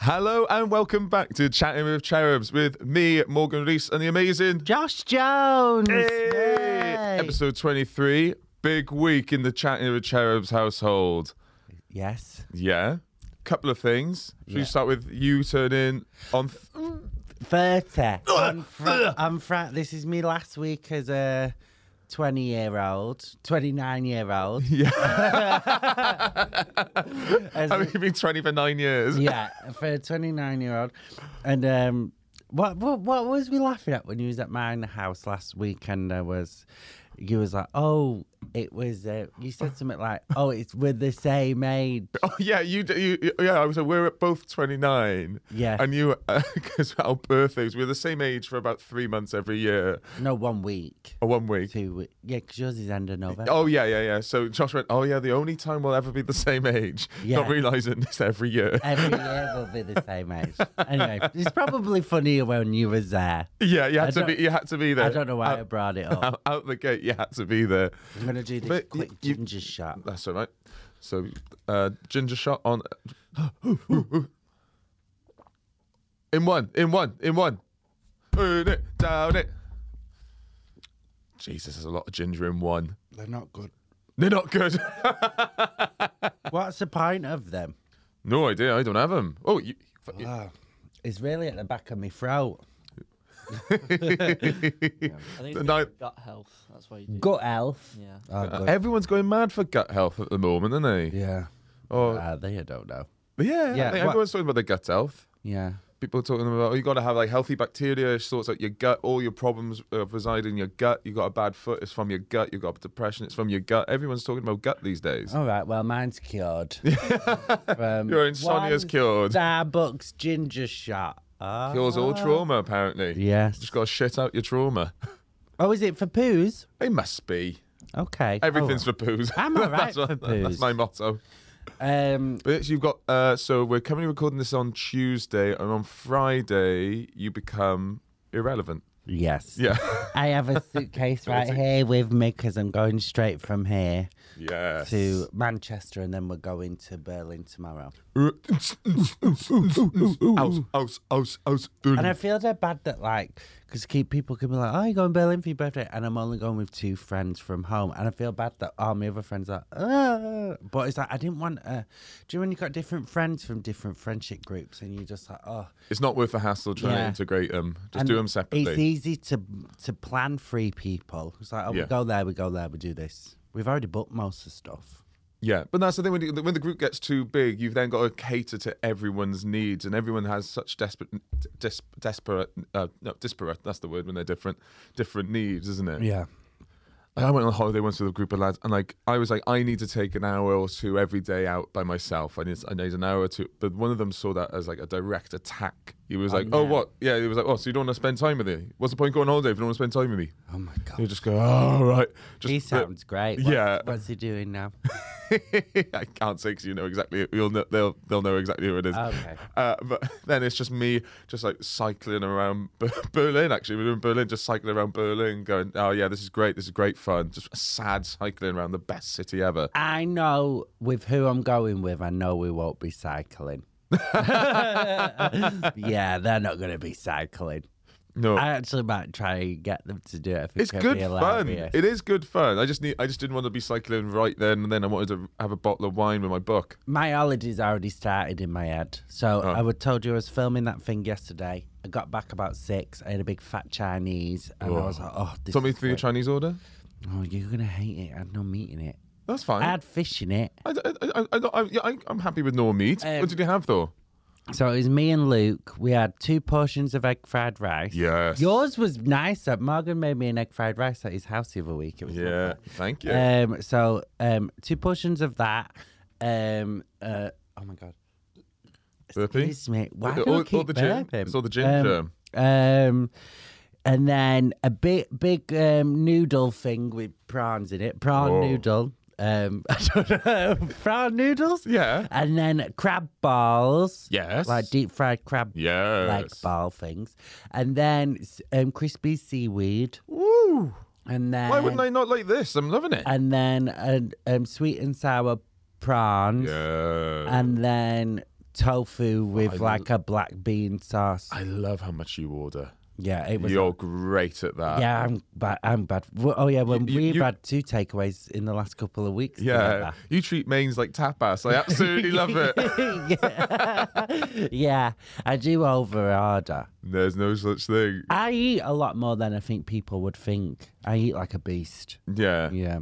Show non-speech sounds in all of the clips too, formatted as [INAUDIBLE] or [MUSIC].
Hello and welcome back to Chatting with Cherubs with me, Morgan Reese, and the amazing Josh Jones. Hey! Episode 23. Big week in the Chatting with Cherubs household. Yes. Yeah. Couple of things. Should we Yeah. start with you turning on? [LAUGHS] Th- 30. I'm, fra- I'm fra- this is me last week as a 20 year old, 29 year [LAUGHS] old. yeah. [LAUGHS] As I a- mean, you've been 20 for nine years. yeah, for a 29 year old. And um, what, what what was we laughing at when you was at my house last weekend? I was, you was like, oh, it was, uh, you said something like, oh, it's we're the same age. [LAUGHS] Oh, yeah. You, d- you, yeah. I was. We're both 29. Yeah. And you, [LAUGHS] because our birthdays, we're the same age for about three months every year No, one week, or one week. two weeks. Yeah, because yours is end of November. Oh yeah, yeah, yeah. So Josh went, "Oh yeah, the only time we'll ever be the same age." Not Yeah. realizing it's every year. Every year will be the same age. Anyway, it's probably funnier when you was there. [LAUGHS] yeah, you had to don't- be. You had to be there. I don't know why I Out, brought it up. out, out the gate, you had to be there. I'm gonna do this But y- quick you- ginger shot. That's all right. So uh, ginger shot on. [GASPS] in one, in one, in one. Burn it, down it. Jesus, there's a lot of ginger in one. They're not good. They're not good. [LAUGHS] What's the point of them? no idea. I don't have them. Oh, you, It's really at the back of my throat. I think The it's night- night... Mm. gut health. That's why you do. Gut health. Yeah. Oh, Uh, good. Everyone's going mad for gut health at the moment, aren't they? yeah. Oh, Uh, they I don't know. but yeah. I yeah, think what- everyone's talking about their gut health. Yeah. People are talking about oh, you got to have like healthy bacteria it sorts out your gut. All your problems uh, reside in your gut. You got a bad foot, it's from your gut. You got depression, it's from your gut. Everyone's talking about gut these days. All right. Well, mine's [LAUGHS] cured. From Your insomnia's one cured. Starbucks ginger shot. Ah. Cures all trauma apparently. Yes. Just got to shit out your trauma. Oh, is it for poos? It must be. Okay. Everything's Oh. for poos. I'm all [LAUGHS] right that's, what- for that's poos. my motto. Um, But it's- you've got uh, so we're currently recording this on Tuesday, and on Friday you become irrelevant. yes. Yeah, [LAUGHS] I have a [LAUGHS] suitcase right here with me because I'm going straight from here yes. to Manchester and then we're going to Berlin tomorrow. Aus, aus, aus, aus. And I feel dead bad that, like, because keep people can be like, oh, you're going to Berlin for your birthday. And I'm only going with two friends from home. And I feel bad that all my other friends are, ah. But it's like, I didn't want to. Do you know when you got different friends from different friendship groups and you're just like, oh. It's not worth the hassle trying to Yeah. integrate them. Just And do them It's separately. easy to to plan three people. It's like, oh, Yeah. we go there, we go there, we do this. We've already booked most of the stuff. Yeah, but that's the thing. When, you, when the group gets too big, you've then got to cater to everyone's needs, and everyone has such desperate, des- desperate, uh, no, disparate. That's the word when they're different, different needs, isn't it? Yeah. Like, I went on holiday once with a group of lads, and like I was like, I need to take an hour or two every day out by myself. I need, I need an hour or two. But one of them saw that as like a direct attack. He was like, Oh, no. what? Yeah, he was like, Oh, so you don't want to spend time with me? What's the point going on holiday if you don't want to spend time with me? Oh my god. You just go, Oh, right. Just, he sounds great. What- yeah. What's he doing now? [LAUGHS] I can't say because you know exactly. You'll know, they'll they'll know exactly who it is. Okay. Uh, but [LAUGHS] then it's just me, just like cycling around [LAUGHS] Ber- Berlin. Actually, we were in Berlin, just cycling around Berlin, going, "Oh yeah, this is great. This is great fun." Just sad cycling around the best city ever. [LAUGHS] I know with who I'm going with, I know we won't [LAUGHS] be cycling. yeah, they're not going to be cycling. No, I actually might try and get them to do it. I think it's it'd good be fun. hilarious. It is good fun. I just need. I just didn't want to be cycling right then and then. I wanted to have a bottle of wine with my book. My holidays already started in my head. So Oh. I would told you I was filming that thing yesterday. I got back about six. I had a big fat Chinese, and I was like, "Oh, this Tell me is through your great. Chinese order. Oh, you're gonna hate it. I had no meat in it. That's I fine. had fish in it. I, I, I, I, I, yeah, I, I'm happy with no meat. Um, what did you have though? So it was me and Luke. We had two portions of egg fried rice. Yes. Yours was nicer. Morgan made me an egg fried rice at his house the other week. It was Yeah. Thank you. lovely. Um, so um, two portions of that. Um, uh, oh my god. Burpee? Excuse me. Why All- do I all- all keep the gin- burping? it's all the Um, ginger. um, and then a big, big um, noodle thing with prawns in it. Prawn Whoa. noodle. Um, [LAUGHS] I don't know. prawn noodles. Yeah. And then crab balls. Yes. Like deep fried crab Yes. like ball things, and then s- um, crispy seaweed, Woo! and then Why wouldn't I not like this? I'm loving it. and um, then uh, um, sweet and sour prawns, yeah. and then tofu with I like a black bean sauce. I love how much you order. yeah, it was. You're great at that. yeah, I'm bad. I'm bad. Well, Oh yeah, well You- you- we've you- had two takeaways in the last couple of weeks. Yeah, you treat mains like tapas. I absolutely love [LAUGHS] it. together. [LAUGHS] yeah. [LAUGHS] yeah, I do over order. There's no such thing. I eat a lot more than I think people would think. I eat like a beast. Yeah. Yeah.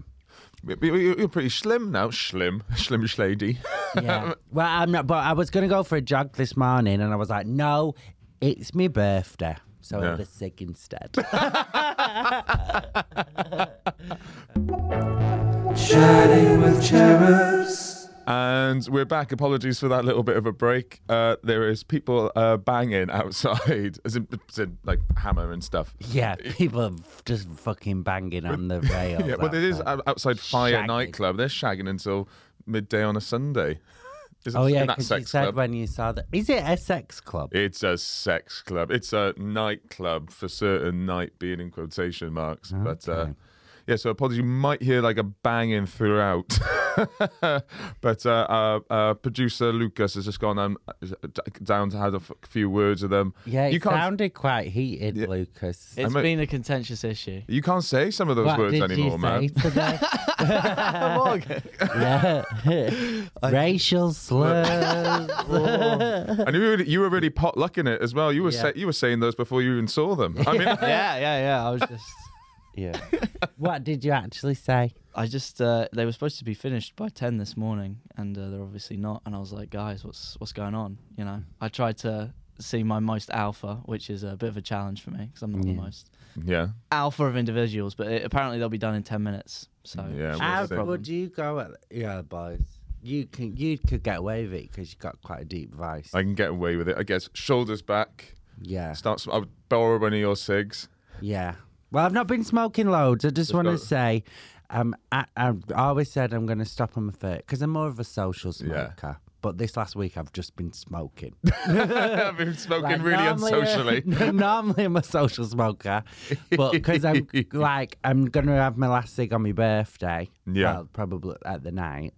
But you- You're pretty slim now. Slim. [LAUGHS] Slimish lady. Yeah. Um, well, I'm not, but I was going to go for a jog this morning and I was like, no, it's my birthday. So Yeah. I was sick instead. [LAUGHS] [LAUGHS] And we're back. Apologies for that little bit of a break. Uh, there is people uh, banging outside, as in, as in, like hammer and stuff. yeah, people are just fucking banging on [LAUGHS] the rails. Yeah, well, it is outside. out- outside Fire Shagging. nightclub. They're shagging until midday on a Sunday. [LAUGHS] Is it- Oh, yeah, in that because you sex said club. when you saw that. Is it a sex club? It's a sex club. It's a nightclub for certain night being in quotation marks. But uh, yeah, so apologies. You might hear like a banging throughout. [LAUGHS] but uh, uh, uh, producer Lucas has just gone um, d- down to have a f- few words with them. Yeah, it you can't. sounded quite heated, Yeah. Lucas. It's I'm a- been a contentious issue. you can't say some of those What words did anymore, you man. say today? [LAUGHS] Yeah. Racial slurs. [LAUGHS] and you were really, you were really potlucking it as well. You were Yeah. sa- you were saying those before you even saw them. I [LAUGHS] mean, [LAUGHS] [LAUGHS] yeah, yeah, yeah. I was just, yeah. What did you actually say? I just, uh, they were supposed to be finished by ten this morning, and uh, they're obviously not. And I was like, guys, what's what's going on? You know, I tried to see my most alpha, which is a bit of a challenge for me because I'm not Yeah. the most yeah, alpha of individuals, but it, apparently they'll be done in ten minutes. So Yeah, we'll shouldn't be How a see. problem. would you go at yeah, boys? You can you could get away with it because you got quite a deep voice. I can get away with it. I guess shoulders back. yeah, Start. Sm- I would borrow one of your cigs. yeah. Well, I've not been smoking loads. I just want go. to say, um, I, I've always said I'm going to stop on the third because I'm more of a social Yeah. smoker. But this last week, I've just been smoking. [LAUGHS] I've been smoking Like, really normally- uh, [LAUGHS] unsocially. normally, I'm a social smoker, but [LAUGHS] because I'm like, I'm gonna have my last cig on my birthday. Yeah. Hmm. well, probably at the night.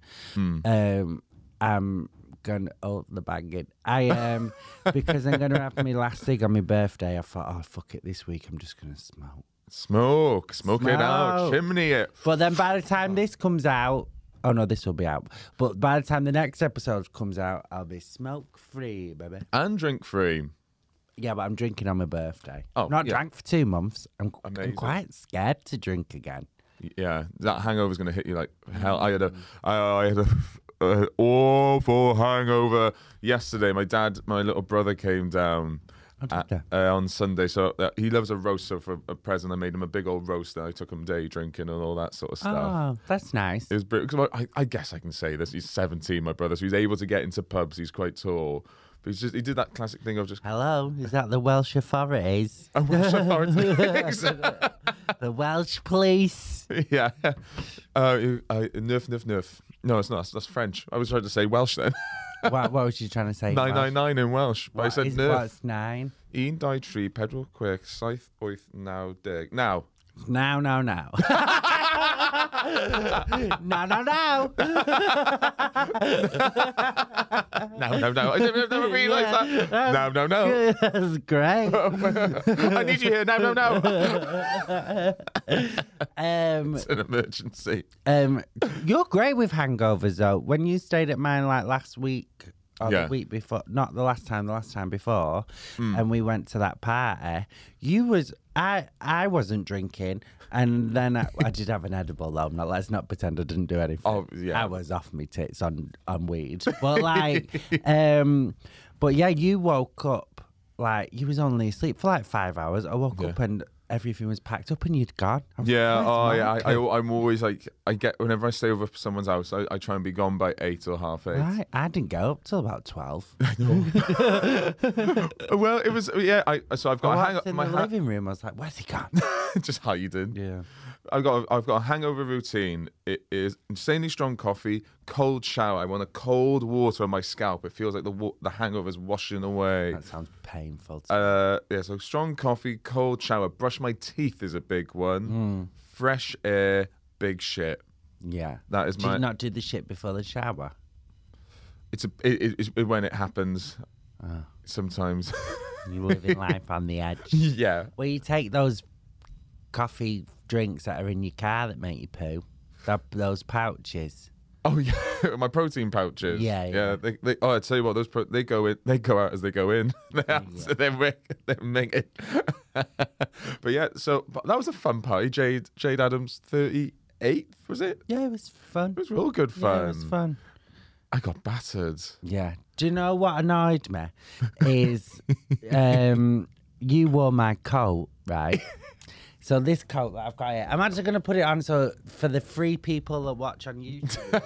Um, I'm gonna oh the banging. I [LAUGHS] um because I'm gonna have my last cig on my birthday. I thought, oh fuck it, this week I'm just gonna smoke. Smoke, smoke it out, Smoke. chimney it. But then by the time this comes out. Oh no, this will be out. But by the time the next episode comes out, I'll be smoke free, baby. And drink free. Yeah, but I'm drinking on my birthday. Oh, I've not yeah. drank for two months. I'm, I'm Amazing. quite scared to drink again. Yeah, that hangover's gonna hit you like hell. I had a, I, I had a, a awful hangover yesterday. My dad, my little brother came down at- they? uh, on Sunday, so uh, he loves a roast. So for a present, I made him a big old roast, and I took him day drinking and all that sort of stuff. Oh, that's nice. It was because I, I guess I can say this. He's 17, my brother, so he's able to get into pubs. He's quite tall, but he's just he did that classic thing of just Hello, is that the Welsh [LAUGHS] authorities? I wish [LAUGHS] I farted. the Welsh police? yeah. Uh, uh, nerf, nerf, nerf. No, it's not. That's, that's French. I was trying to say Welsh [LAUGHS] then. [LAUGHS] what, what was you trying to say? Nine nine Welsh? nine in Welsh. But I What said is- nerf. What's nine? Ian die tree pedal quick scythe oith now dig now. Now, now, [LAUGHS] now. [LAUGHS] no, no, no. No no no. I didn't never realise [LAUGHS] Yeah. that. No no [LAUGHS] no. [LAUGHS] that's great. [LAUGHS] I need you here. No no [LAUGHS] no. Um, it's an emergency. Um, you're great with hangovers though. When you stayed at mine like last week or Yeah. Hmm. the week before, not the last time, the last time before, and we went to that party, you was I I wasn't drinking, and then I, I did have an edible though. Now let's not pretend I didn't do anything. Oh, yeah. I was off me tits on on weed, [LAUGHS] but like, um, but yeah, you woke up like you was only asleep for like five hours. I woke up and. Everything was packed up and you'd gone. I was Yeah, like, oh, "Where's yeah. Monica?" I, I, I'm always like, I get whenever I stay over at someone's house, I, I try and be gone by eight or half eight. Right, I didn't go up till [LAUGHS] about twelve. Well, it was yeah. I so I've I got a walked hang Oh, in my the [LAUGHS] ha- living room. I was like, "Where's he gone?" [LAUGHS] just hiding. Yeah. I've got a, I've got a hangover routine. It is insanely strong coffee, cold shower. I want a cold water on my scalp. It feels like the wa- the hangover's washing away. That sounds painful. To Uh, yeah, so strong coffee, cold shower, brush my teeth is a big one. Fresh air, big shit. yeah. That is Did my you not do the shit before the shower? it's a it, it, it's when it happens Oh, sometimes. [LAUGHS] you living life on the edge. yeah. Well, you take those coffee drinks that are in your car that make you poo. That, those pouches. Oh yeah, [LAUGHS] my protein pouches. Yeah, yeah. yeah. They, they, oh, I tell you what, those pro- they go in, they go out as they go in. [LAUGHS] they have to- they're wi- they're minging. [LAUGHS] but yeah, so but that was a fun party. Jade Jade Adams thirty eighth was it? Yeah, it was fun. It was real good fun. Yeah, it was fun. I got battered. Yeah. Do you know what annoyed me? Is um, you wore my coat, right? So this coat that I've got here, I'm actually going to put it on so for the free people that watch on YouTube.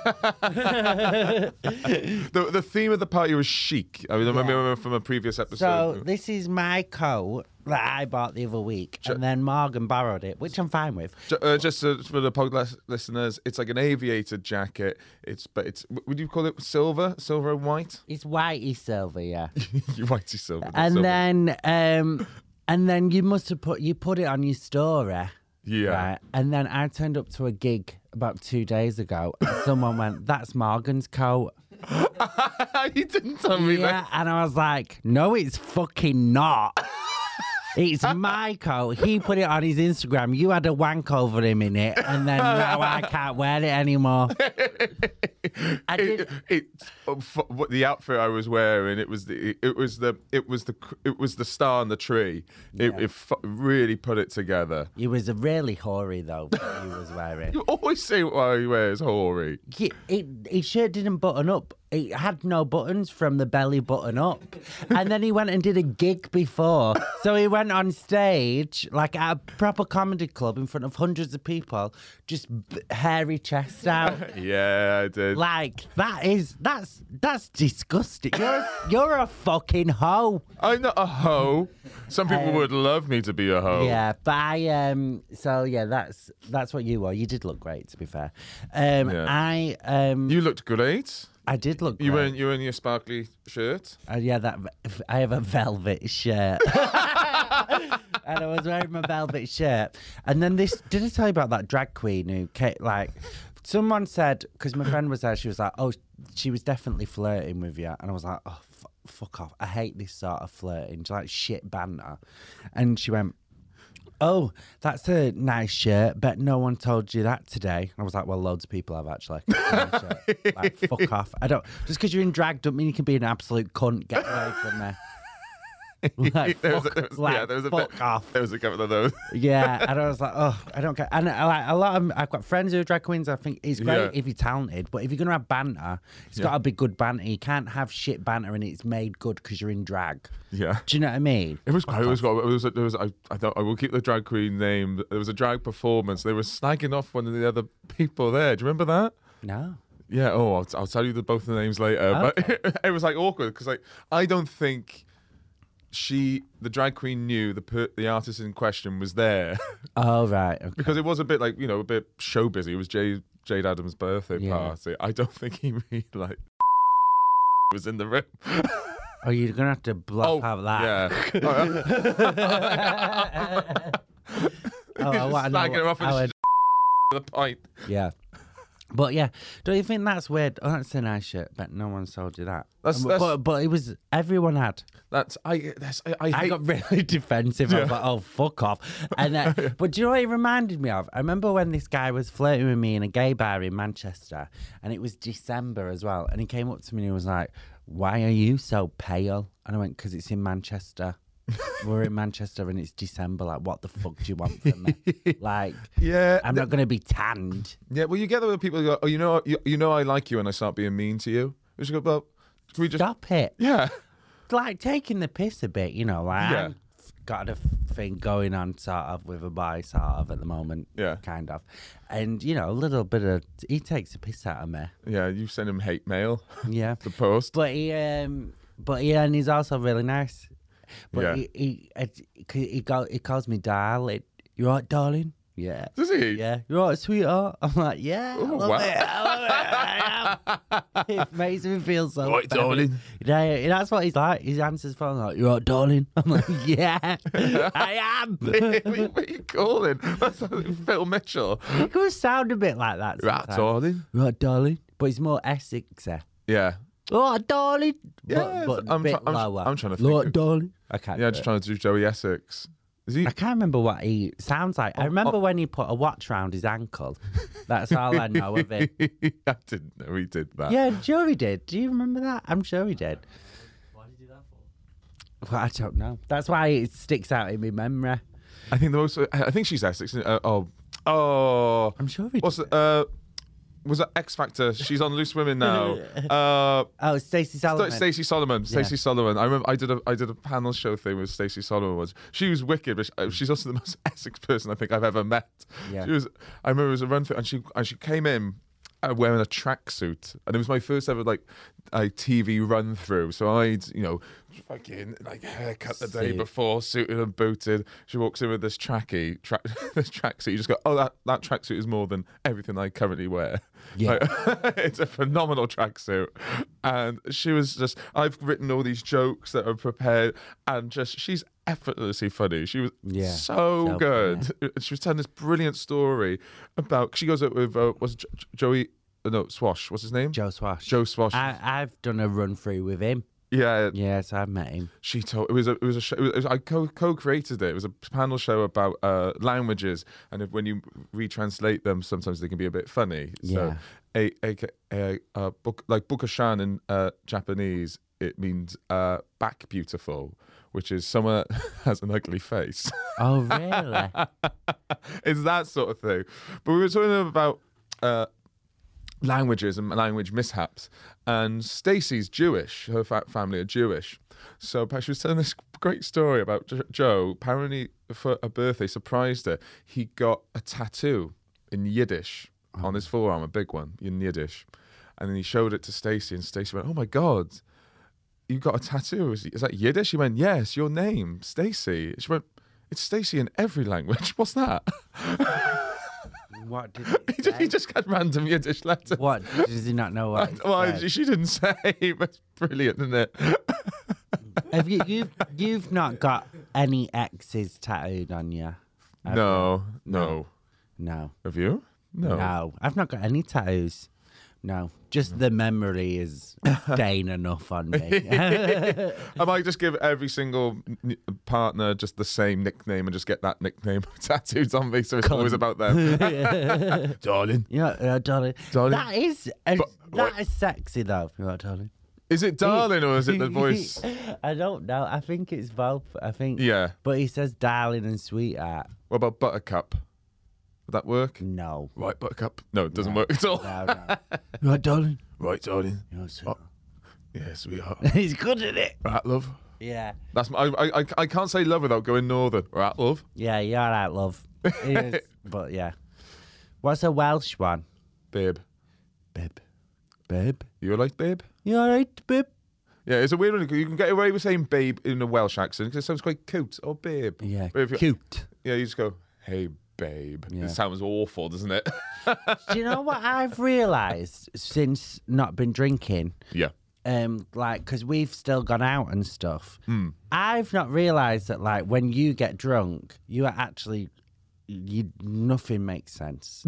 The, the theme of the party was chic. I remember from a previous episode. So this is my coat that I bought the other week, and then Morgan borrowed it, which I'm fine with. Ju- uh, just uh, for the podcast listeners, it's like an aviator jacket. It's but it's w- would you call it silver, silver and white? [LAUGHS] It's whitey silver, yeah. you whitey silver. not and silver. then, um, and then you must have put you put it on your story. yeah, Right. And then I turned up to a gig about two days ago, and someone went, "That's Morgan's coat." [LAUGHS] you didn't tell me Yeah, and I was like, "No, it's fucking not." [LAUGHS] It's my coat. He put it on his Instagram. You had a wank over him in it, and then now I can't wear it anymore. I that. did. It, it, oh, f- what the outfit I was wearing. It was the it was the it was the cr- it was the star on the tree. It, it fu- really put it together. He was a really hoary though. He was wearing. You always say why he wears hoary. He, it, his shirt didn't button up. It had no buttons from the belly button up. And then he went and did a gig before. So he went on stage, like at a proper comedy club in front of hundreds of people, just b- hairy chest out. Yeah, I did. Like that is that's that's disgusting. You're a, you're a fucking hoe. I'm not a hoe. Some people would love me to be a hoe. Uh, Yeah, but I um so yeah, that's that's what you were. You did look great to be fair. Um Yeah. I um You looked great. I did look You great. were in, you were in your sparkly shirt. Uh, yeah, that v- I have a velvet shirt. [LAUGHS] and I was wearing my velvet shirt. And then this did I tell you about that drag queen who came, like someone said because my friend was there, she was like, "Oh, she was definitely flirting with you," and I was like, "Oh, f- fuck off! I hate this sort of flirting, It's like shit banter." And she went. Oh, that's a nice shirt. Bet no one told you that today. I was like, well, loads of people [LAUGHS] have actually. Nice shirt. like, fuck off. I don't. Just because you're in drag, don't mean you can be an absolute cunt. Get away [LAUGHS] from me. [LAUGHS] Like, There was a- fuck, there was- like, yeah, there was a fuck bit- off. There was a couple of those. [LAUGHS] Yeah, and I was like, oh, I don't care. And uh, like a lot of, I've got friends who are drag queens. I think it's great Yeah. if you're talented, but if you're gonna have banter, it's got to be good banter. You can't have shit banter and it's made good because you're in drag. Yeah. Do you know what I mean? It was quite. It was. It was. It was I, I thought I will keep the drag queen name. There was a drag performance. They were snagging off one of the other people there. Do you remember that? No. Yeah. Oh, I'll, I'll tell you the, both the names later. But [LAUGHS] it was like awkward because like I don't think she, the drag queen, knew the per, the artist in question was there [LAUGHS] Oh right. Okay. because it was a bit like you know a bit show busy. It was Jade Jade Adams' birthday Yeah. party. I don't think he [LAUGHS] really like was in the room. Oh, you're gonna have to block out that. Oh, [LAUGHS] yeah. Oh, yeah. Oh, I Just wanna know slagging her what- off and how [LAUGHS] she's I- the pint. Yeah. But yeah, don't you think that's weird? Oh, that's a nice shirt, but no one sold you that. That's- Um, that's- But, but it was everyone had. That's I. That's I. I, I hate- got really [LAUGHS] defensive. I was like, "Oh, fuck off!" And then, but do you know what it reminded me of? I remember when this guy was flirting with me in a gay bar in Manchester, and it was December as well. And he came up to me and he was like, "Why are you so pale?" And I went, "Cause it's [LAUGHS] in Manchester. We're in Manchester, and it's December. Like, what the fuck do you want from [LAUGHS] me? Like, [LAUGHS] Yeah. I'm not gonna be tanned." yeah. Well, you get with people who go, oh, you know, you, you know, I like you, and I start being mean to you. We should go. Well, can we just. Stop it. [LAUGHS] Yeah. like taking the piss a bit, you know. Like Yeah. I've got a thing going on, sort of, with a boy, sort of, at the moment. Yeah. Kind of. And, you know, a little bit of. He takes the piss out of me. Yeah. You send him hate mail. [LAUGHS] Yeah. The post. but he, um, but yeah, and he's also really nice. But Yeah. he, he, it- he, he, go, he calls me darling. You all right, darling? Yeah. Does he? [LAUGHS] Yeah, you're all right, sweetheart. I'm like, yeah, I Oh, love wow. it. I love it. [LAUGHS] I am. It makes me feel so. All right, better. darling. Yeah, yeah, that's what he's like. He answers phone like, "You're all right, darling." [LAUGHS] I'm like, [LAUGHS] "Yeah, I am." what are you calling? [LAUGHS] That sounds like Phil Mitchell. It could sound a bit like that. Rat sometimes. darling. eh? You're all right, darling. But he's more Essexer. Yeah. Oh, darling. Yeah, but, but I'm a bit try- I'm tr- lower. I'm trying to Lord, think of- darling. I can't. Yeah, do just it. trying to do Joey Essex. Is he? I can't remember what he sounds like. Oh, I remember when he put a watch round [LAUGHS] his ankle. That's all I know of it. I didn't know he did that. Yeah, sure he did. Do you remember that? I'm sure he did. Why did you do that for? Well, I don't know. That's why it sticks out in my memory. I think the most. I I think she's Essex. isn't it? Uh, oh, oh. I'm sure he What's did. the, uh? Was that X Factor? She's on Loose Women [LAUGHS] now. Uh, Oh, Stacey Solomon. Stacey Solomon. Stacey Solomon. I remember I did a I did a panel show thing with Stacey Solomon once. She was wicked, but she- uh, she's also the most [LAUGHS] Essex person I think I've ever met. Yeah. She was. I remember it was a run through, and she and she came in. uh, Wearing a tracksuit, and it was my first ever like a TV run through. So I'd you know fucking like haircut the day Suit. before, suited and booted. She walks in with this tracky track [LAUGHS] this tracksuit. You just go, oh that that tracksuit is more than everything I currently wear. Yeah. Like, [LAUGHS] it's a phenomenal tracksuit. And she was just, I've written all these jokes that are prepared, and just, she's effortlessly funny. She was Yeah, so, so good. She was telling this brilliant story about, she goes out with, uh, was it Jo- Joey, uh, no, Swash, what's his name? Joe Swash. Joe Swash. I, I've done a run through with him. yeah, Yes, I've met him. she told it was a it was a show, it was, I co co created it. It was a panel show about uh, languages, and if, when you retranslate them, sometimes they can be a bit funny. Yeah. So, a, a, a, uh, book like Bukushan in uh, Japanese, it means uh, back beautiful, which is someone [LAUGHS] that has an ugly face. [LAUGHS] Oh, really? it's that sort of thing. But we were talking about uh, languages and language mishaps. And Stacey's Jewish. Her fa- family are Jewish. So but she was telling this great story about Jo- Joe. Apparently, for a birthday, surprised her. He got a tattoo in Yiddish on his forearm, a big one in Yiddish. And then he showed it to Stacey, and Stacey went, "Oh my god." you got a tattoo. Is, is that Yiddish? He went, yes, your name, Stacy. She went, it's Stacy in every language. [LAUGHS] What's that? [LAUGHS] what did he, he just, he say? just had random Yiddish letters. What? Does he not know what? he [LAUGHS] Why said? she didn't say, [LAUGHS] but it's brilliant, isn't it? Have you, you've, you've not got any X's tattooed on you? Have No, no, you? No. Have you? No. No, I've not got any tattoos. No, just the [LAUGHS] memory is stain enough on me. [LAUGHS] I might just give every single n- partner just the same nickname and just get that nickname [LAUGHS] tattooed on me, so it's always about them. darling. you know, uh, darling, Darling. that is uh, But- that is sexy though. You know, darling. Is it darling or is [LAUGHS] it the voice? I don't know. I think it's both. I think. Yeah. But he says darling and sweetheart. What about buttercup? Would that work? No. Right, buttercup. No, it doesn't work at all. No, no. [LAUGHS] you know, darling. Oh. Right, darling. You know, sweetheart. Yes, we are. [LAUGHS] He's good at it. Right, love. Yeah. That's my, I, I I can't say love without going northern. Right, love. Yeah, you're all right, [LAUGHS] love. He is, but yeah. What's a Welsh one? Babe. Bib. Bib. You were like babe? You all right, bib? Yeah, it's a weird one. You can get away with saying babe in a Welsh accent because it sounds quite cute. Oh, babe. Yeah. But if you- Cute. Yeah, you just go, hey, babe. Yeah. It sounds awful, doesn't it? [LAUGHS] Do you know what I've realised since not been drinking? yeah. Um, like, because we've still gone out and stuff. I've not realised that, like, when you get drunk, you are actually, you nothing makes sense.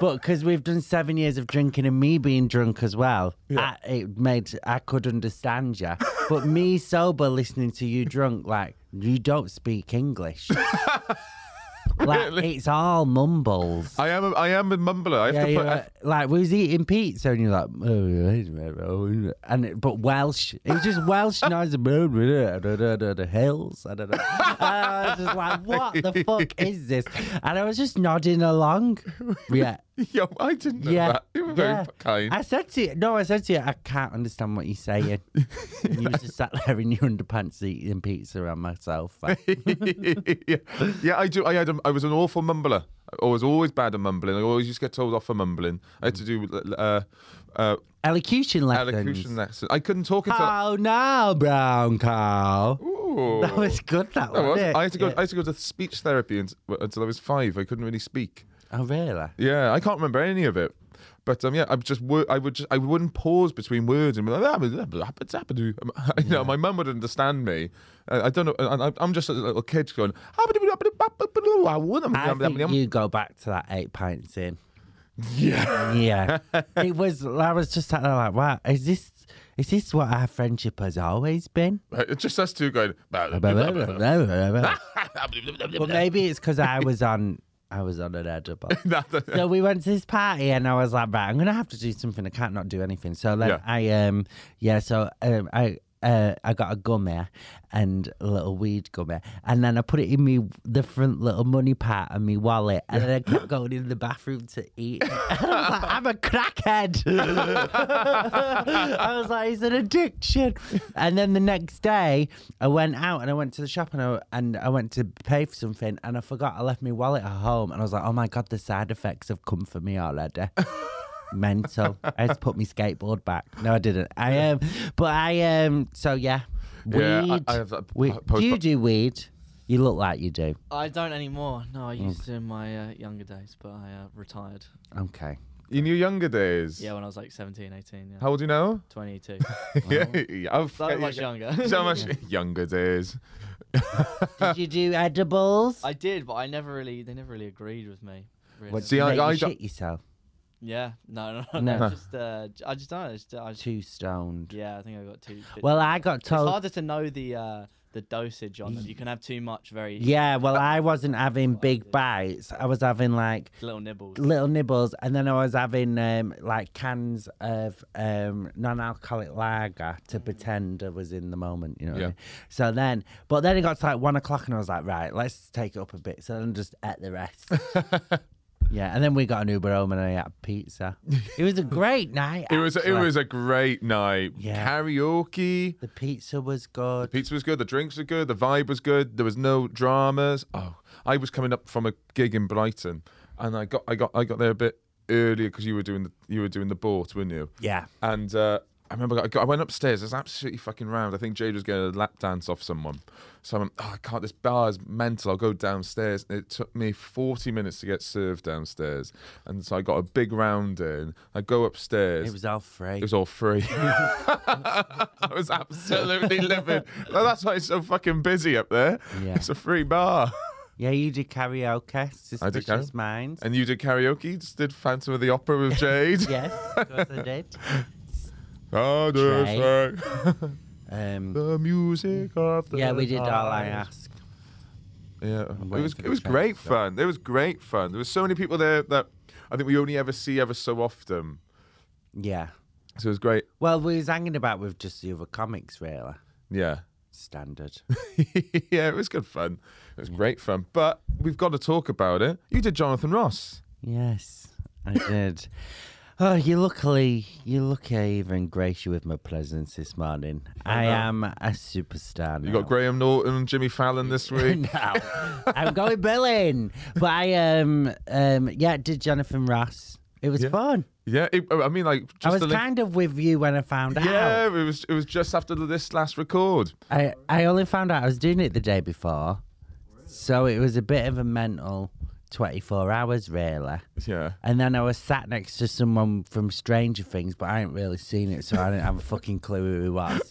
but because we've done seven years of drinking and me being drunk as well, I, it made I could understand you. but me sober listening to you drunk, like, you don't speak English. like, it's all mumbles. I am a, I am a mumbler. I have Yeah, to put. you're I- [LAUGHS] like, like we was eating pizza and you're like, "Oh, wait a minute, oh, wait a minute." and it, but Welsh, it's just [LAUGHS] Welsh noise and blah, blah, blah, blah, blah, the hills. I don't know. And I was just like, what the fuck [LAUGHS] is this? And I was just nodding along. Yeah, Yo, I didn't know yeah, that. You were yeah. very kind. I said to you, no, I said to you, I can't understand what you're [LAUGHS] saying. and you was just sat there in your underpants eating pizza on myself. Like, yeah. [LAUGHS] yeah, I do. I had. A, I was an awful mumbler. I was always bad at mumbling. I always used to get told off for mumbling. I had to do uh, uh, [LAUGHS] elocution lessons. elocution lessons. I couldn't talk until. Oh no, brown cow. Ooh. Ah, That was good. That That, was- wasn't it? Oh, I had to go. Yeah. I had to go to speech therapy and, until I was five. I couldn't really speak. Oh really? Yeah, I can't remember any of it. But um, yeah, I just wor- I would just I wouldn't pause between words and be like, "Ah, blah, blah, blah, blah, blah." [LAUGHS] you know, my mum would understand me. Uh, I don't know. and I, I'm just a little kid going. "Ah, blah, blah, blah, blah, blah, blah, blah, blah, I blah, blah, blah." think you go back to that eight pints [LAUGHS] in. [LAUGHS] Yeah. Yeah, it was. I was just sat there like, wow, is this? Is this what our friendship has always been? Right, it's just us two going. [LAUGHS] That [LAUGHS] but maybe it's because I was on. I was on an [LAUGHS] edible. so we went to this party and I was like, right, I'm gonna have to do something. I can't not do anything. So then Yeah. I um yeah, so um I uh, I got a gummy and a little weed gummy, and then I put it in me the front little money part of me wallet, and then I kept going in the bathroom to eat. it. And I was like, I'm a crackhead. [LAUGHS] I was like, it's an addiction. And then the next day, I went out and I went to the shop and I, and I went to pay for something, and I forgot I left my wallet at home, and I was like, oh my god, the side effects have come for me already. [LAUGHS] Mental. I just put my skateboard back. No, I didn't. I am, um, but I um. So yeah, weed. Yeah, I- I have that We- p- post- do you do weed? You look like you do. I don't anymore. No, I used to in my uh, younger days, but I uh, retired. Okay. In your younger days. Yeah, when I was like 17, 18. Yeah. How old are you now? [LAUGHS] 22. [LAUGHS] yeah, I've- [LAUGHS] So much younger. So [LAUGHS] much younger days. Did you do edibles? I did, but I never really, they never really agreed with me. Really. See, Did I- it make you I don't- shit yourself. Yeah, no, no, No. no. Just, uh, j- I just don't. know, I just, I just, Too stoned. yeah, I think I got two. bit- Well, I got it's told. harder to know the uh, the dosage on them. You can have too much, very Yeah, well, I wasn't having big bites. I was having like little nibbles. little nibbles, and then I was having um, like cans of um, non-alcoholic lager to pretend I was in the moment. You know. What I Yeah. mean? So then, but then it got to like one o'clock, and I was like, right, let's take it up a bit. So then, I just ate [LAUGHS] the rest. yeah, and then we got an Uber home, and I ate pizza. It was a great night. [LAUGHS] It was it actually. was a great night. Yeah. Karaoke. The pizza was good. Pizza was good. The drinks were good. The vibe was good. There was no dramas. Oh, I was coming up from a gig in Brighton, and I got I got I got there a bit earlier because you were doing the you were doing the boat, weren't you? Yeah. And uh, I remember I, got, I went upstairs. It was absolutely fucking round. I think Jade was getting a lap dance off someone. So I'm, oh, I can't. This bar is mental. I'll go downstairs. And it took me 40 minutes to get served downstairs, and so I got a big round in. I go upstairs. It was all free. It was all free. [LAUGHS] I was absolutely livid. Well, that's why it's so fucking busy up there. Yeah. It's a free bar. yeah, you did karaoke. I did Suspicious karaoke. Minds. And you did karaoke, just did Phantom of the Opera with Jade. [LAUGHS] yes, of course I did. Oh, Try. there's like [LAUGHS] Um, the music of the yeah, we did all I night. asked. Yeah, it waiting was for it the was train great to stop. fun. It was great fun. There was so many people there that I think we only ever see ever so often. Yeah. So it was great. Well, we was hanging about with just the other comics, really. Yeah. [LAUGHS] Standard. yeah, it was good fun. It was great fun. But we've got to talk about it. You did Jonathan Ross. yes, I did. Oh, you luckily, you lucky I even grace you with my presence this morning. I, am a superstar now. You got Graham Norton and Jimmy Fallon [LAUGHS] this week. now. I'm going Berlin. But I, um, um, yeah, did Jonathan Ross. It was Yeah. fun. yeah, it, I mean, like, just I was the link- kind of with you when I found yeah, out. it was it was just after this last record. I, I only found out I was doing it the day before. So it was a bit of a mental 24 hours, really. Yeah, And then I was sat next to someone from Stranger Things, but I ain't really seen it, so I didn't have a fucking clue who he was.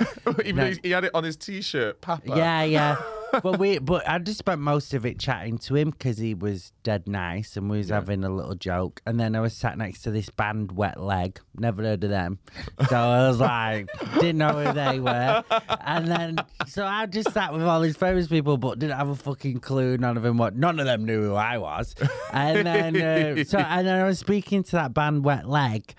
even No. though he had it on his t-shirt, Papa. yeah, yeah. But we, but I just spent most of it chatting to him because he was dead nice, and we was having a little joke. And then I was sat next to this band, Wet Leg. Never heard of them, so I was like, didn't know who they were. And then, so I just sat with all these famous people, but didn't have a fucking clue. None of them, what, none of them knew who I was. And then, uh, so and then I was speaking to that band, Wet Leg.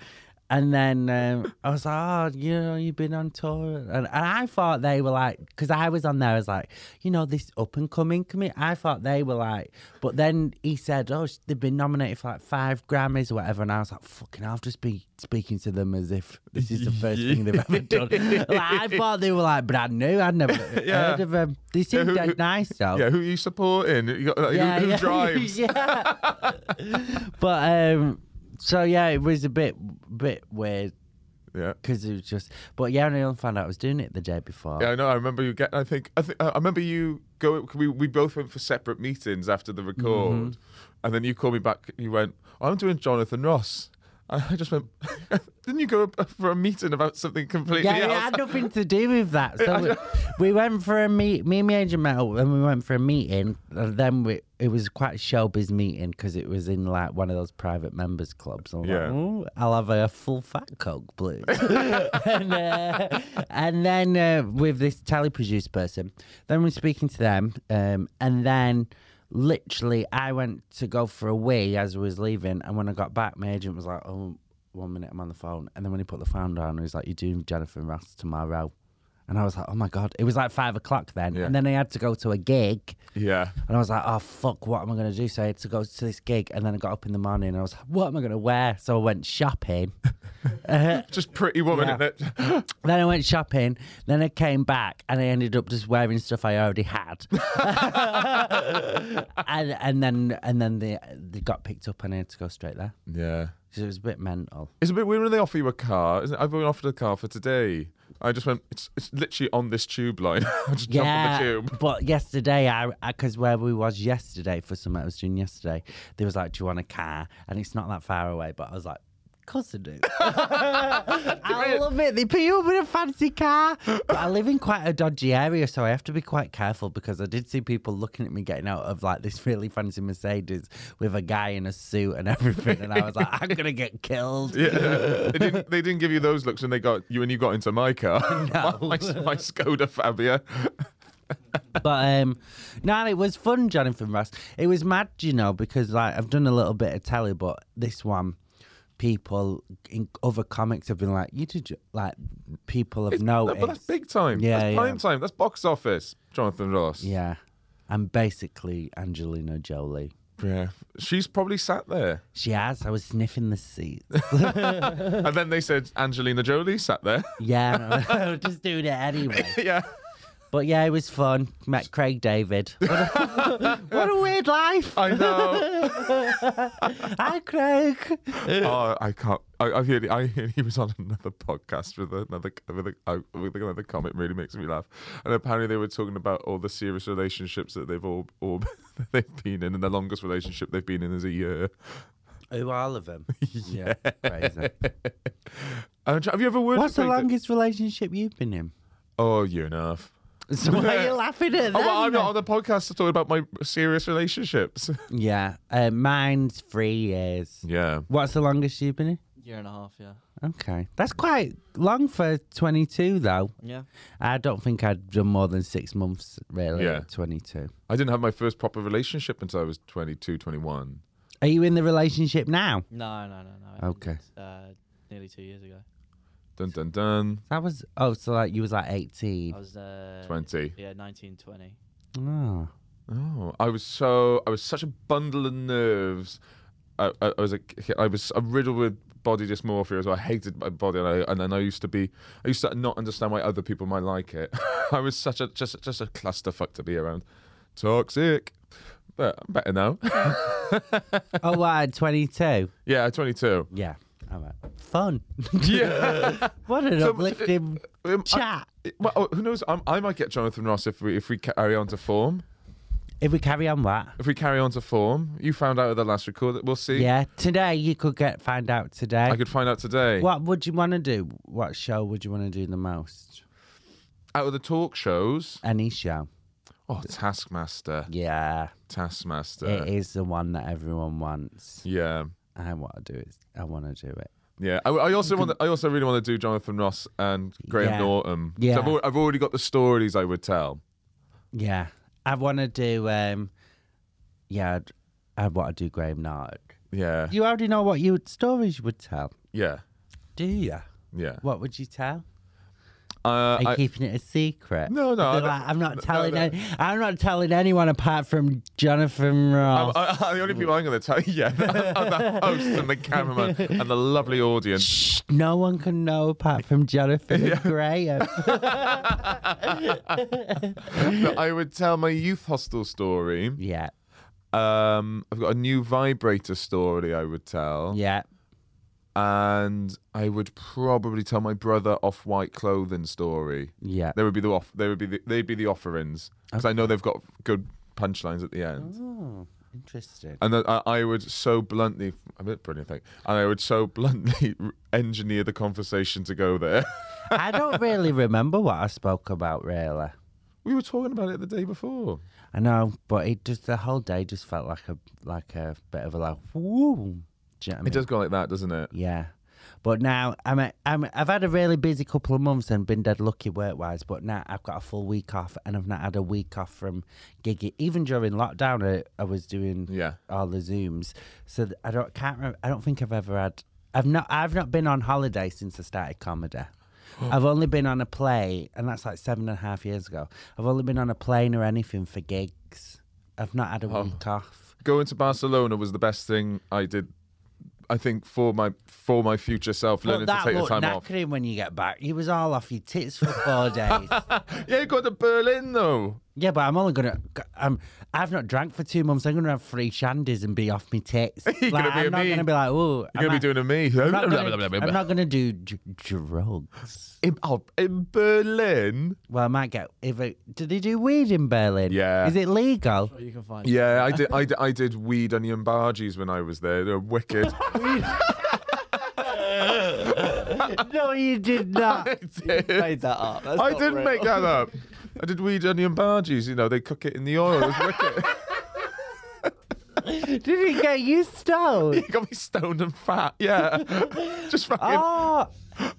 And then um, I was like, oh, you know, you've been on tour. And, and I thought they were like, because I was on there, I was like, you know, this up and coming committee. I thought they were like, but then he said, oh, sh- they've been nominated for like five Grammys or whatever. And I was like, fucking, I'll just be speaking to them as if this is [LAUGHS] the first thing they've ever done. like, I thought they were like brand new. I'd never [LAUGHS] Yeah. heard of them. They seemed who- dead who- nice, though yeah. Who are you supporting? You got, like, who, [LAUGHS] who drives? [LAUGHS] yeah. but um, so yeah, it was a bit bit weird yeah. because it was just. But yeah, I only found out I was doing it the day before. Yeah, I know. I remember you get. I think. I think. I remember you go. We we both went for separate Mm-hmm. meetings after the record, and then you called me back. You went. I'm doing "Oh, Jonathan Ross. [LAUGHS] I I just went, didn't you go up for a meeting about something completely Yeah, else? it had nothing to do [LAUGHS] with that. So we, we went for a meet. Me and my agent met up, and we went for a meeting. And then we, it was quite a showbiz meeting because it was in like one of those private members clubs. And I'm Yeah. like, "Ooh, I'll have a full fat coke, please. and, uh, and then uh, with this teleproduced person, then we're speaking to them, um, and then. Literally, I went to go for a wee as I was leaving, and when I got back, my agent was like, "Oh, one minute I'm on the phone, and then when he put the phone down, he was like, "You're doing Jennifer Ross tomorrow," and I was like, "Oh my god!" It was like five o'clock then, Yeah. and then I had to go to a gig, Yeah. and I was like, "Oh fuck, what am I gonna do?" So I had to go to this gig, and then I got up in the morning, and I was like, "What am I gonna wear?" So I went shopping. Uh, Just pretty woman Yeah. innit? [LAUGHS] then I went shopping. Then I came back, and I ended up just wearing stuff I already had. [LAUGHS] and and then and then they they got picked up, and I had to go straight there. Yeah. So it was a bit mental. It's a bit weird when they offer you a car, isn't it? I've been offered a car for today. I just went, it's, it's literally on this tube line. [LAUGHS] I just jump on the tube. But yesterday, I because where we was yesterday for something I was doing yesterday, they was like, "Do you want a car?" And it's not that far away, but I was like. "Of Course I do. [LAUGHS] I love it. They put you up in a fancy car. But I live in quite a dodgy area, so I have to be quite careful because I did see people looking at me getting out of like this really fancy Mercedes with a guy in a suit and everything, and I was like, I'm gonna get killed. Yeah. they, didn't, they didn't give you those looks when they got you and you got into my car. [LAUGHS] No. [LAUGHS] my, my, my Skoda [LAUGHS] Fabia. But um, no, it was fun, Jonathan Ross. It was mad, you know, because like I've done a little bit of telly, but this one, people in other comics have been like, you did like people have No, noticed, but that's big time. Yeah, that's yeah. prime time. That's box office. Jonathan Ross. yeah. I'm basically Angelina Jolie. Yeah. She's probably sat [LAUGHS] there. She has. I was sniffing the seat. and then they said Angelina Jolie sat [LAUGHS] there. [LAUGHS] Yeah, I was just doing it anyway. yeah. But yeah, it was fun. Met Craig David. [LAUGHS] What a, what a weird life. I know. Hi, Craig. oh, I can't. I, I heard. I heard he was on another podcast with another with, a, uh, with another comment. Really makes me laugh. And apparently, they were talking about all the serious relationships that they've all all [LAUGHS] they've been in, and the longest relationship they've been in is a year. [LAUGHS] Who all of them? Yeah, crazy. And Uh, have you ever worked? What's with the people- longest relationship you've [LAUGHS] been in? Oh, year and a half. So why are you laughing at that? Oh, well, I'm not on the podcast to talk about my serious relationships. [LAUGHS] Yeah, uh, mine's three years. Yeah. What's the longest you've been in? Year and a half, yeah. Okay, that's quite long for 22, though. Yeah. I don't think I'd done more than six months really. Yeah. at 22. I didn't have my first proper relationship until I was 22, 21. Are you in the relationship now? No, no, no, no. it Okay. ended, Uh, nearly two years ago. Dun dun dun. That was oh, so like you was like I 18. was uh, 20. Yeah, 19, 20. Oh, Oh, I was so I was such a bundle of nerves. I, I, I was a, I was a riddled with body dysmorphia as well. I hated my body, and I, and then I used to be I used to not understand why other people might like it. [LAUGHS] I was such a just just a clusterfuck to be around. Toxic, but I'm better now. [LAUGHS] oh, what? 22. yeah, [LAUGHS] 22. Yeah. All right. Fun. Yeah. [LAUGHS] what an So, uplifting Um, I- chat. well, who knows? I'm, I might get Jonathan Ross if we if we carry on to form. If we carry on, what? If we carry on to form, you found out at the last record. We'll see. Yeah. Today you could get find out today. I could find out today. What would you want to do? What show would you want to do the most? Out of the talk shows, Any show. oh, Taskmaster. Yeah, Uh, Taskmaster. it is the one that everyone wants. Yeah, I want to do it. I want to do it. yeah. I, I also want. To, I also really want to do Jonathan Ross and Graham Yeah. Norton. 'Cause Yeah. I've, al- I've already got the stories I would tell. Yeah, I want to do. um Yeah, I'd- I want to do Graham Nard. Yeah, You already know what you would, stories you would tell, yeah, do you? yeah. What would you tell? Uh, Are you I- keeping it a secret? No, no, Is it I- like, I'm not telling. no. any- I'm not telling anyone apart from I'm, Jonathan Ross. I, [LAUGHS] I'm the only people I'm going to tell. Yeah, [LAUGHS] I'm the host and the [LAUGHS] cameraman and the lovely audience. Shh, no one can know apart from Jonathan and Graham. But I would tell my youth hostel story. yeah, Um, I've got a new vibrator story I would tell, yeah. and I would probably tell my brother off-white clothing story. Yeah. They would be the off. They would be the, they'd be the offerings because I know they've got good punchlines at the end. Interesting. and that I, I would so bluntly, I'm a bit brilliant, thing, and I would so bluntly [LAUGHS] engineer the conversation to go there. [LAUGHS] I don't really remember what I spoke about, really. we were talking about it the day before. I know, but it just the whole day just felt like a like a bit of a like woo. Do you know what I mean? It does go like that, doesn't it? Yeah. But now I'm, a, I'm I've had a really busy couple of months and been dead lucky work wise. But now I've got a full week off and I've not had a week off from giggy. Even during lockdown, I, I was doing Yeah. all the zooms. So th- I don't can't remember, I don't think I've ever had. I've not I've not been on holiday since I started comedy. I've only been on a play, and that's like seven and a half years ago. I've only been on a plane or anything for gigs. I've not had a week off. Going to Barcelona was the best thing I did. I think for my for my future self, But learning to that take the looked time off. knackering when you get back. You was all off your tits [LAUGHS] for four days. Yeah, you got to Berlin though. Yeah, but I'm only gonna. Um, I've not drank for two months. I'm gonna have three shandies and be off my tits. [LAUGHS] You're gonna Like, be I'm a not me. gonna be like, oh, You're gonna be doing a me. [LAUGHS] I'm not gonna, I'm not gonna do d- drugs. in, oh, in Berlin. Well, I might get. If it, do they do weed in Berlin? Yeah. Is it legal? But you can [LAUGHS] find Yeah, I did. I did, I did weed onion bargees when I was there. They're wicked. no, you did [LAUGHS] not. I [LAUGHS] did. made that up. That's I not didn't real. make that up. I did weed onion bargees. You know, they cook it in the oil. It was wicked. [LAUGHS] did it get you stoned? It got me stoned and fat. Yeah, [LAUGHS] just fucking. Oh,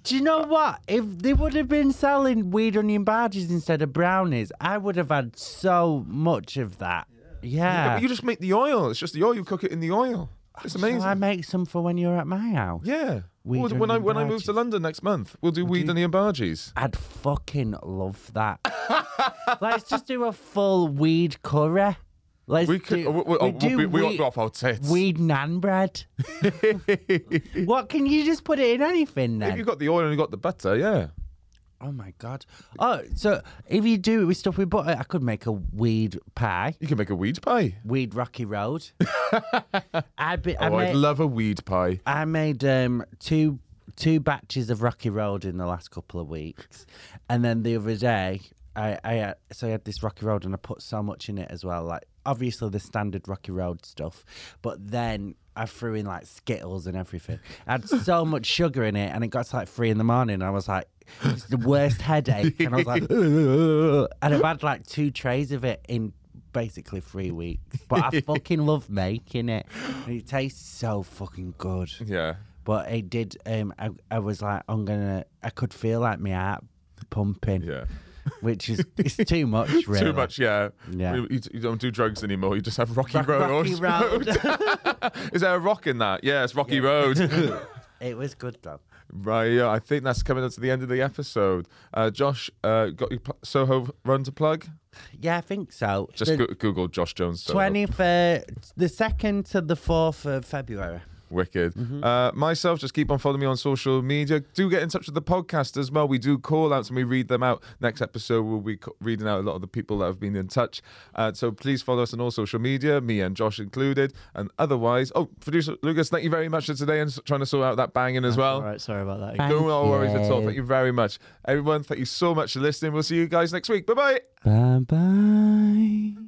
do you know what? If they would have been selling weed onion badges instead of brownies, I would have had so much of that. Yeah, Yeah. but you just make the oil. It's just the oil. You cook it in the oil. It's Shall amazing. I make some for when you're at my house? yeah. Weed Well, when I onion when I move to bargees. London next month, we'll do weed onion bargees. I'd fucking love [LAUGHS] that. Let's just do a full weed curry. Let's We could. do, oh, we, oh, we do we, we weed- ought to off our tits. weed nan [LAUGHS] bread. what can you just put it in anything if then? you got the oil and you got the butter, yeah. oh my god! Oh, so if you do it with stuff with butter, I could make a weed pie. You can make a weed pie. Weed [LAUGHS] Rocky Road. I, be, I Oh, I'd made, love a weed pie. I made um, two two batches of Rocky Road in the last couple of weeks, and then the other day, I, I uh, so I had this Rocky Road, and I put so much in it as well, like obviously the standard Rocky Road stuff, but then. I threw in like Skittles and everything. I had so much sugar in it, and it got to like three in the morning. And I was like, it's the worst headache. And I was like, [LAUGHS] and I've had like two trays of it in [LAUGHS] basically three weeks. But I fucking love making it. And it tastes so fucking good. Yeah. But it did. Um, I, I was like, I'm gonna. I could feel like my heart pumping. Yeah. Which is it's too much. Really. [LAUGHS] Too much, yeah. Yeah. You, you- you don't do drugs anymore. You just have Rocky Rock- Road. Rocky Road. [LAUGHS] Is there a rock in that? Yeah, it's Rocky Road. [LAUGHS] [LAUGHS] It was good though. right, yeah. I think that's coming up to the end of the episode. Uh, Josh, uh, got your pl- Soho run to plug? Yeah, I think so. Just the go- Google Josh Jones. Soho. twenty for the second to the fourth of February. Wicked. Uh, myself, just keep on following me on social media. Do get in touch with the podcast as well. We do call outs and we read them out. Next episode, we'll be co- reading out a lot of the people that have been in touch. Uh, so please follow us on all social media, me and Josh included. And otherwise, oh, producer Lucas, thank you very much for today and s- trying to sort out that banging as well. All right, sorry about that. Thank No no worries at all. you. Thank you very much. Everyone, thank you so much for listening. We'll see you guys next week. Bye bye. Bye bye.